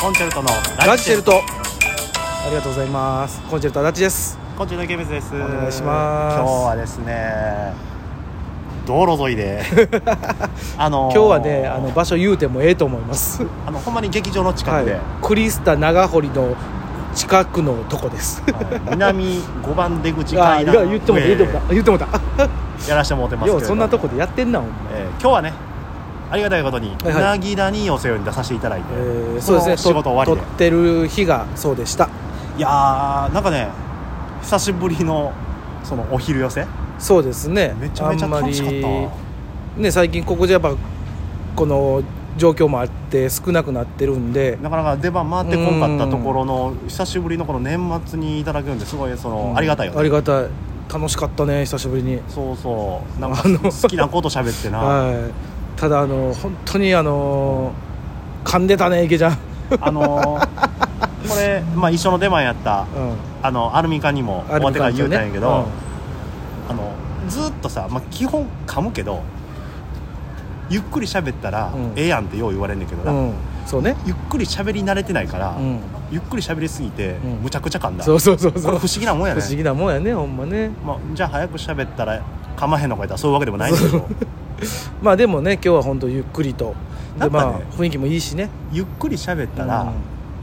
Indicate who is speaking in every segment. Speaker 1: コンチェルトの
Speaker 2: ラジチェルトありがとうございますコンチェルト足立です
Speaker 1: コンチェルトケムズですお
Speaker 2: 願いします
Speaker 1: 今日はですね道路沿い であの
Speaker 2: 今
Speaker 1: ー
Speaker 2: 日はねあの場所言うてもええと思います
Speaker 1: あのほんまに劇場の近くで、
Speaker 2: クリスタ長堀の近くのとこです
Speaker 1: はい南5番出口
Speaker 2: あ
Speaker 1: 階
Speaker 2: い
Speaker 1: 段
Speaker 2: や言っても言ってもた言ってもた
Speaker 1: やらしてもらってますけれど
Speaker 2: よ
Speaker 1: も
Speaker 2: うそんなとこでやってんなお前
Speaker 1: えー今日はねありがたいことに、
Speaker 2: はいはいう
Speaker 1: なぎ谷に寄せように出させていただいて、
Speaker 2: えーそうですね
Speaker 1: この仕事終わり
Speaker 2: 撮
Speaker 1: で
Speaker 2: ってる日がそうでした
Speaker 1: いやーなんかね久しぶりのそのお昼寄せ
Speaker 2: そうですね
Speaker 1: めちゃめちゃ楽しかった
Speaker 2: あんまりね最近ここじゃやっぱこの状況もあって少なくなってるんで
Speaker 1: なかなか出番回ってこんかったところの久しぶりのこの年末にいただけるんですごいその、ありがたいよ
Speaker 2: あり
Speaker 1: ね
Speaker 2: がたい楽しかったね久しぶりに
Speaker 1: そうそうなんか
Speaker 2: あの
Speaker 1: 好きなこと喋ってな
Speaker 2: はいただあの本当にあの噛んでたね池ちゃん、
Speaker 1: あのーこれ、まあ、一緒の出番やった
Speaker 2: うん、
Speaker 1: あのアルミ缶にも終わってから言うたんやけど、あのずっとさ、まあ、基本噛むけどゆっくり喋ったら、
Speaker 2: うん
Speaker 1: ええやんってよう言われんねんけど
Speaker 2: う
Speaker 1: な、
Speaker 2: ん、うん、そうね
Speaker 1: ゆっくり喋り慣れてないから、
Speaker 2: うん
Speaker 1: ゆっくり喋りすぎて、
Speaker 2: ん
Speaker 1: むちゃくちゃ噛んだ
Speaker 2: そうそうそう
Speaker 1: こ
Speaker 2: そ
Speaker 1: れ
Speaker 2: う
Speaker 1: 不思議なもんや
Speaker 2: 不
Speaker 1: ね
Speaker 2: 思議なもんやねほんまね
Speaker 1: まあ、じゃあ早く喋ったら噛まへんのかいったらそういうわけでもないんだけど
Speaker 2: まあでもね今日は本当ゆっくりと
Speaker 1: な
Speaker 2: で
Speaker 1: んかね
Speaker 2: まあ雰囲気もいいしね
Speaker 1: ゆっくり喋ったら、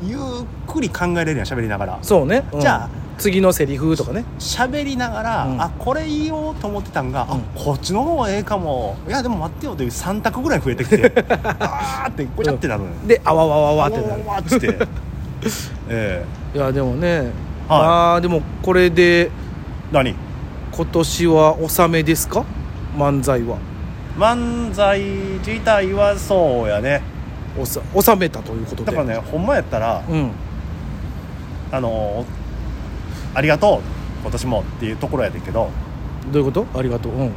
Speaker 1: ゆっくり考えれるやん喋りながら
Speaker 2: そうね、うん
Speaker 1: じゃあ
Speaker 2: 次のセリフとかね
Speaker 1: 喋りながら、
Speaker 2: うん
Speaker 1: あこれ言おうと思ってたんが、
Speaker 2: うん
Speaker 1: あこっちの方がええかもいやでも待ってよという3択ぐらい増えてき てあーってごちゃってなるのよ
Speaker 2: であわわわわ
Speaker 1: わ
Speaker 2: ってなる
Speaker 1: わっつって ええ
Speaker 2: いやでもね、まあでもこれで
Speaker 1: 何
Speaker 2: 今年は納めですか漫才は
Speaker 1: 漫才自体はそうやね
Speaker 2: おさ納めたということで
Speaker 1: だからねほんまやったら
Speaker 2: うん
Speaker 1: あのありがとう今年もっていうところやでけど
Speaker 2: どういうことありがとう、うん、今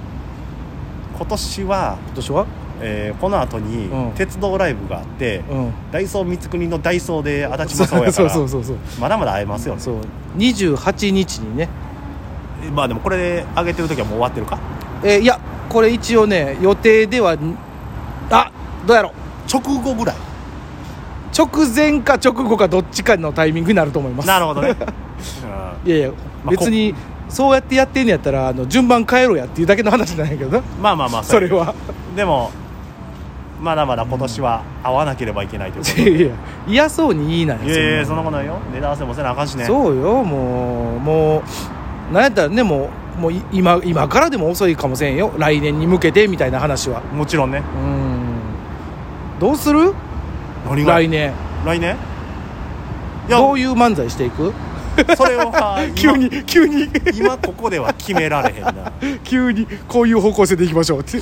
Speaker 1: 今年は、
Speaker 2: 年は、
Speaker 1: えーこの後に
Speaker 2: うん
Speaker 1: 鉄道ライブがあって、
Speaker 2: うん、
Speaker 1: ダイソー三国のダイソーで足立
Speaker 2: そ
Speaker 1: も
Speaker 2: う
Speaker 1: そうやか
Speaker 2: そ
Speaker 1: ら
Speaker 2: う そうそうそう
Speaker 1: まだまだ会えますよね
Speaker 2: そう28日にね、
Speaker 1: えまあでもこれで上げてる時はもう終わってるか
Speaker 2: えーいやこれ一応ね予定ではあどうやろう
Speaker 1: 直後ぐらい
Speaker 2: 直前か直後かどっちかのタイミングになると思います
Speaker 1: なるほど ね、
Speaker 2: いやいや
Speaker 1: あ
Speaker 2: 別にそうやってやってんのやったらあの順番変えろやっていうだけの話なんやけどな
Speaker 1: うんまあまあまあ
Speaker 2: それ
Speaker 1: うや
Speaker 2: は
Speaker 1: でもまだまだ今年は会わなければいけないということ
Speaker 2: いやいや嫌そうに言いない
Speaker 1: いやいやそ
Speaker 2: そ
Speaker 1: んな
Speaker 2: んな
Speaker 1: ことないよ値段合わせもせなあかんしねう
Speaker 2: そうよもうもうなんやったらねもうもうい今今からでも遅いかもしれんよ来年に向けてみたいな話は
Speaker 1: もちろんね
Speaker 2: うんどうする
Speaker 1: 何が
Speaker 2: 来年
Speaker 1: 来年いや
Speaker 2: どういう漫才していく
Speaker 1: それは今
Speaker 2: 急に急に
Speaker 1: 今ここでは決められへんな
Speaker 2: 急にこういう方向性でいきましょうって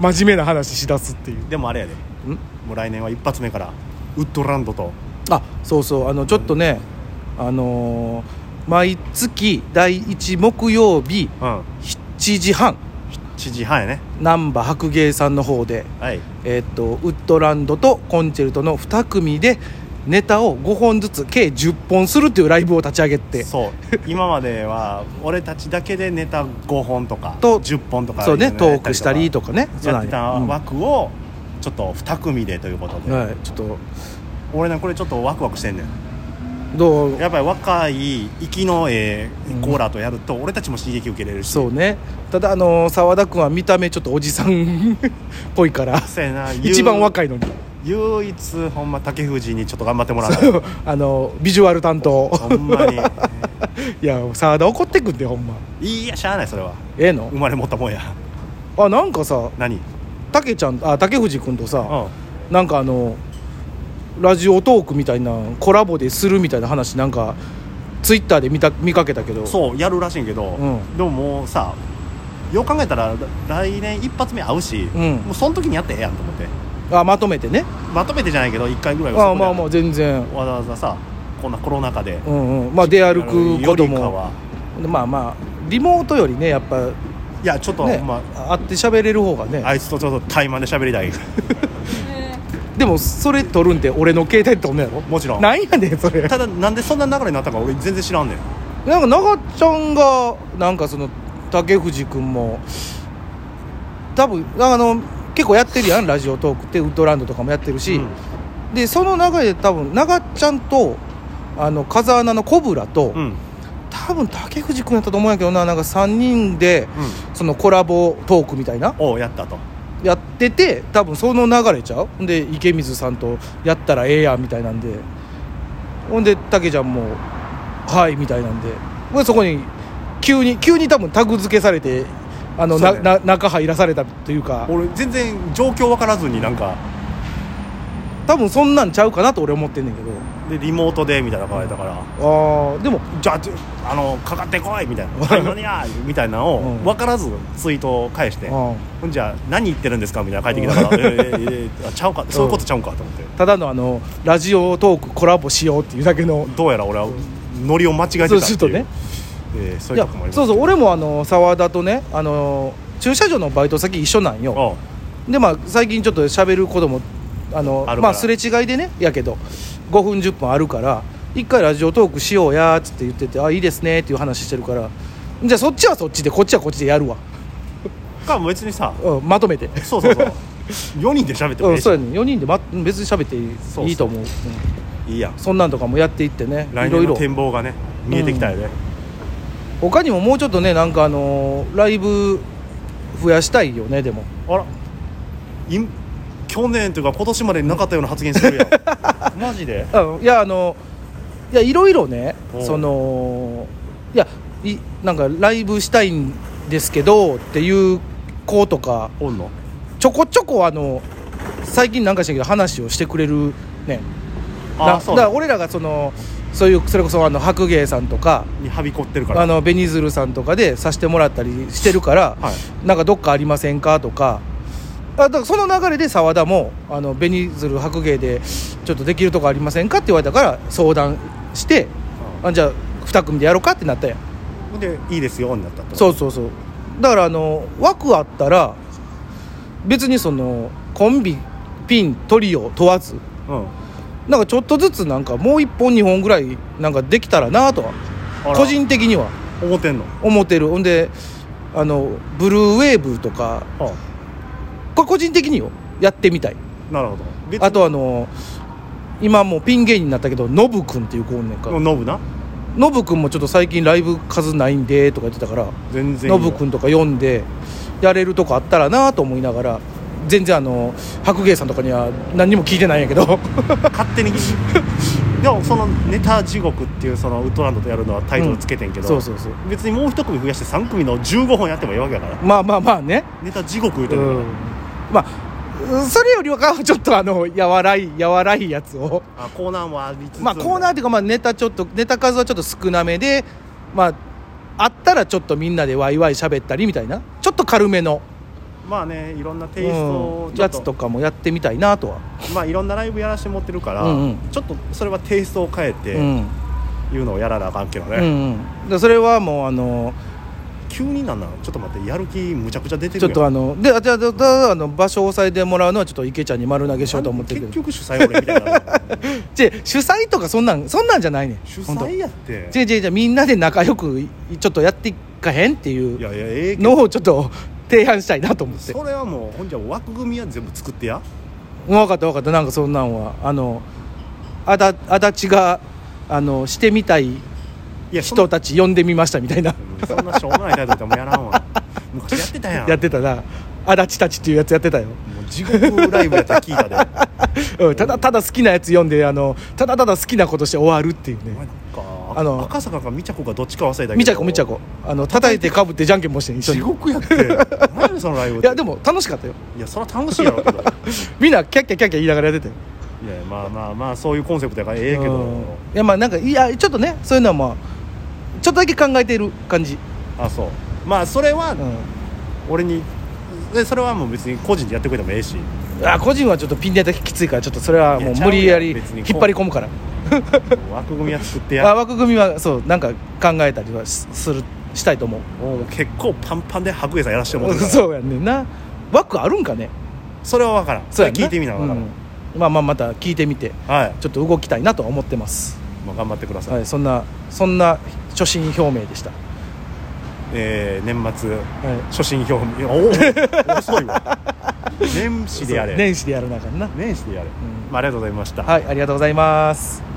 Speaker 2: 真面目な話しだすっていう
Speaker 1: でもあれやでもう来年は一発目からウッドランドと
Speaker 2: あそうそうあのちょっとねあのー毎月第1木曜日
Speaker 1: うん
Speaker 2: 7時半
Speaker 1: 7時半やね
Speaker 2: 難波白芸さんの方で、
Speaker 1: はい
Speaker 2: えーっとウッドランドとコンチェルトの2組でネタを5本ずつ計10本するっていうライブを立ち上げて
Speaker 1: そう今までは俺たちだけでネタ5本とか
Speaker 2: と
Speaker 1: 10本とか
Speaker 2: そうね
Speaker 1: やった
Speaker 2: トークしたりとかね
Speaker 1: やってた
Speaker 2: そうなんや
Speaker 1: 枠をちょっと2組でということ
Speaker 2: うん
Speaker 1: で
Speaker 2: はい、ちょっと
Speaker 1: 俺ねこれちょっとワクワクしてんねん
Speaker 2: どう
Speaker 1: やっぱり若い生きのええコーラとやると俺たちも刺激受けれるし
Speaker 2: そうねただあの澤田君は見た目ちょっとおじさん っぽいから
Speaker 1: そうやな
Speaker 2: 一番
Speaker 1: い
Speaker 2: 若いのに
Speaker 1: 唯一ほんま竹藤にちょっと頑張ってもらった
Speaker 2: あのビジュアル担当
Speaker 1: ほんまに
Speaker 2: いや澤田怒ってくんでほんま
Speaker 1: いやしゃあないそれは
Speaker 2: ええの
Speaker 1: 生まれ持ったもんや
Speaker 2: あなんかさ
Speaker 1: 何うん
Speaker 2: 竹ちゃんあ竹藤君とさ
Speaker 1: あ
Speaker 2: なんかあのラジオトークみたいなコラボでするみたいな話なんかツイッターで見た見かけたけど
Speaker 1: そうやるらしいんやけど、
Speaker 2: うん
Speaker 1: でももうさよう考えたら来年一発目会うし、
Speaker 2: ん
Speaker 1: もうその時にやってええやんと思って
Speaker 2: あまとめてね
Speaker 1: まとめてじゃないけど1回ぐらいはそ
Speaker 2: あ
Speaker 1: こで
Speaker 2: まあまあ全然
Speaker 1: わざわざさこんなコロナ禍で
Speaker 2: うんうんまあ出歩くこ
Speaker 1: よ
Speaker 2: と
Speaker 1: りか
Speaker 2: も
Speaker 1: は
Speaker 2: まあまあリモートよりねやっぱ
Speaker 1: いやちょっと、
Speaker 2: ね、
Speaker 1: ま
Speaker 2: 会って喋れる方がね
Speaker 1: あ、あいつとちょっと対マンで喋りたい
Speaker 2: でもそれ取るんって俺の携帯ってことやろ
Speaker 1: もちろん
Speaker 2: なんやねんそれ
Speaker 1: ただなんでそんな流れになったか俺全然知らんねん
Speaker 2: なんか長ちゃんがなんかその竹藤君も多分あの結構やってるやんラジオトークってウッドランドとかもやってるし、
Speaker 1: うん
Speaker 2: でその流れで多分長っちゃんとあの風穴のコブラと、
Speaker 1: うん
Speaker 2: 多分竹藤君やったと思うんやけどななんか3人でそのコラボトークみたいな
Speaker 1: をやったと
Speaker 2: やってて多分その流れちゃうほんで池水さんとやったらええやんみたいなんでほんで竹ちゃんも「はい」みたいなんでほんでそこに急に急に多分タグ付けされてあの、
Speaker 1: そう
Speaker 2: な
Speaker 1: ね
Speaker 2: な中入らされたというか
Speaker 1: 俺全然状況分からずになんか
Speaker 2: 多分そんなんちゃうかなと俺思ってんねんけど
Speaker 1: でリモートでみたいな感じだから
Speaker 2: あーでも
Speaker 1: じゃあちょあのかかってこいみたいな「はい何や!」みたいなのを
Speaker 2: うん
Speaker 1: 分からずツイートを返して
Speaker 2: うん
Speaker 1: ほんじゃ何言ってるんですかみたいな返ってきたから「えーえーえーあちゃうかそういうことちゃうんか」と思って
Speaker 2: ただのあのラジオトークコラボしようっていうだけの
Speaker 1: どうやら俺はノリを間違えてたって
Speaker 2: そ
Speaker 1: いう
Speaker 2: うちょっとね
Speaker 1: えーそう
Speaker 2: い
Speaker 1: いう
Speaker 2: や
Speaker 1: とこもあります
Speaker 2: そうそう俺もあの澤田とねあの駐車場のバイト先一緒なんよ
Speaker 1: おう
Speaker 2: でまあ最近ちょっと喋ることもあの
Speaker 1: あるから
Speaker 2: まあすれ違いでねやけど5分10分あるから一回ラジオトークしようやーっつって言ってて「あいいですね」っていう話してるからじゃあそっちはそっちでこっちはこっちでやるわ、
Speaker 1: か別にさ
Speaker 2: うん、まとめて
Speaker 1: そうそうそう4人で喋っても
Speaker 2: う
Speaker 1: い
Speaker 2: ん
Speaker 1: いし
Speaker 2: そうやね4人で、ま、別に喋っていい
Speaker 1: そうそう
Speaker 2: いいと思う、うん
Speaker 1: いいやん
Speaker 2: そんなんとかもやっていってね
Speaker 1: 来
Speaker 2: いろ
Speaker 1: 年
Speaker 2: い
Speaker 1: の
Speaker 2: ろ
Speaker 1: 展望がね見えてきたよね
Speaker 2: 他にももうちょっとねなんかあのーライブ増やしたいよねでも
Speaker 1: あらい去年というか今年までになかったような発言してるや んマジで
Speaker 2: うんいやあのいやいろいろね
Speaker 1: おう
Speaker 2: そのいやいなんかライブしたいんですけどっていう子とか
Speaker 1: おんの
Speaker 2: ちょこちょこあの最近なんかしたけど話をしてくれるね
Speaker 1: あ
Speaker 2: な
Speaker 1: そう
Speaker 2: だから
Speaker 1: だ
Speaker 2: 俺らがそのそういうそれこそあの白芸さんとか
Speaker 1: にはびこってるから
Speaker 2: あのベニズルさんとかでさせてもらったりしてるから、
Speaker 1: は
Speaker 2: なんかどっかありませんかとかあだからその流れで澤田も「あのベニズル白芸でちょっとできるとこありませんか?」って言われたから相談してあじゃあ2組でやろうかってなったやん
Speaker 1: うんでいいですよになったってこと
Speaker 2: そうそうそうだからあの枠あったら別にそのコンビピントリオ問わず
Speaker 1: うん
Speaker 2: なんかちょっとずつなんかもう1本2本ぐらいなんかできたらなとは
Speaker 1: あら
Speaker 2: 個人的には
Speaker 1: 思ってんの
Speaker 2: 思ってるほんであのブルーウェーブとか
Speaker 1: あ
Speaker 2: これ個人的によやってみたい
Speaker 1: なるほど別に
Speaker 2: あとあの今もうピン芸人になったけどノブくんっていう子おんねんか
Speaker 1: ノブな
Speaker 2: ノブくんもちょっと最近ライブ数ないんでとか言ってたから
Speaker 1: 全然いい
Speaker 2: ノ
Speaker 1: よ
Speaker 2: ブくんとか読んでやれるとこあったらなと思いながら全然あの白芸さんとかには何にも聞いてないんやけど
Speaker 1: 勝手に でもそのネタ地獄っていうそのウッドランドとやるのはタイトルつけてんけど、
Speaker 2: そうそうそう
Speaker 1: 別にもう一組増やして3組の15本やってもいいわけだから
Speaker 2: まあまあまあね
Speaker 1: ネタ地獄言う
Speaker 2: う
Speaker 1: てるから、
Speaker 2: んまあうんそれよりはちょっとあの柔らい柔らいやつを
Speaker 1: あコーナーもありつつ
Speaker 2: まあコーナー
Speaker 1: ー
Speaker 2: っていうかまあネタちょっとネタ数はちょっと少なめでまああったらちょっとみんなでワイワイ喋ったりみたいなちょっと軽めの、
Speaker 1: まあねいろんなテイストを
Speaker 2: うん、
Speaker 1: ちょ
Speaker 2: や
Speaker 1: っ
Speaker 2: つ
Speaker 1: と,、
Speaker 2: とかもやってみたいなとは、
Speaker 1: まあいろんなライブやらしてもってるから、
Speaker 2: うんうん
Speaker 1: ちょっとそれはテイストを変えて
Speaker 2: うん
Speaker 1: いうのをやらなあかんけどね、
Speaker 2: うんうんでそれはもうあの
Speaker 1: 急になんなのちょっと待ってやる気むちゃくちゃ出て
Speaker 2: ち
Speaker 1: る
Speaker 2: ょ
Speaker 1: や
Speaker 2: っ
Speaker 1: ん
Speaker 2: とあのであじゃあだだあの場所を押さえてもらうのはちょっと池ちゃんに丸投げしようと思ってる
Speaker 1: 結
Speaker 2: けど
Speaker 1: 局主催俺みたいな
Speaker 2: じゃあ主催とかそんなんそんなんじゃないねん
Speaker 1: 主
Speaker 2: ほんと
Speaker 1: 催やって
Speaker 2: じゃあじゃあじゃあみんなで仲良くいちょっとやっていかへんってい
Speaker 1: いうやいやええけど
Speaker 2: のをちょっと提案したいなと思って
Speaker 1: それはもうほんじゃ枠組みは全部作ってや
Speaker 2: 分かった分かったなんかそんなんはあのあだ足立があのしてみたい
Speaker 1: いやそん
Speaker 2: 人たち呼んでみましたみたいな
Speaker 1: うんそんなしょうもないタイトルでもうやらん わ昔やってたやん
Speaker 2: やってたな足立たちっていうやつやってたよ、
Speaker 1: もう地獄ライブやったら聞い たで
Speaker 2: うん、ただただ好きなやつ読んであのただただ好きなことして終わるっていう
Speaker 1: お前
Speaker 2: ね
Speaker 1: なんか
Speaker 2: あの
Speaker 1: 赤坂か美茶子かどっちか忘れたけど
Speaker 2: みちゃこみちゃこあの叩いてかぶってじゃんけんもしてん一緒
Speaker 1: 地
Speaker 2: にい
Speaker 1: 獄やって何やねんそのライブって
Speaker 2: やでも楽しかったよ
Speaker 1: いやそれは楽しいやろう けどい
Speaker 2: みんなキャッキャキャッキャ言いながらやってて
Speaker 1: やまあまあまあそういうコンセプトやからええけ
Speaker 2: うん
Speaker 1: ど
Speaker 2: いやまあなんかいやちょっとねそういうのはまあちょっとだけ考えてる感じ、
Speaker 1: あそうまあそれは
Speaker 2: うん、
Speaker 1: 俺にでそれはもう別に個人でやってくれてもええ し
Speaker 2: あ個人はちょっとピンネタきついからちょっとそれはいもう
Speaker 1: やちゃう
Speaker 2: 無
Speaker 1: よ
Speaker 2: 理やり引っ
Speaker 1: 別に
Speaker 2: 張り込むから
Speaker 1: 枠組みは作って
Speaker 2: あ
Speaker 1: や
Speaker 2: 枠組みはそうなんか考えたりはしするしたいと思う
Speaker 1: もう結構パンパンで白衣さんやらしてもらってるから
Speaker 2: そうやねんな枠あるんかね
Speaker 1: それは分からん
Speaker 2: そうやん
Speaker 1: 聞いてみな分からん、
Speaker 2: うんまあまあまた聞いてみて
Speaker 1: はい、
Speaker 2: ちょっと動きたいなとは思ってます、
Speaker 1: まあ、頑張ってください
Speaker 2: はい、そんなそんな初心表明でした
Speaker 1: えー年末
Speaker 2: は
Speaker 1: 所信表明おお遅い わ年始でやれ
Speaker 2: 年始でやらなあかんな、
Speaker 1: 年始でやれ、
Speaker 2: ん
Speaker 1: まあ、ありがとうございました
Speaker 2: はいありがとうございます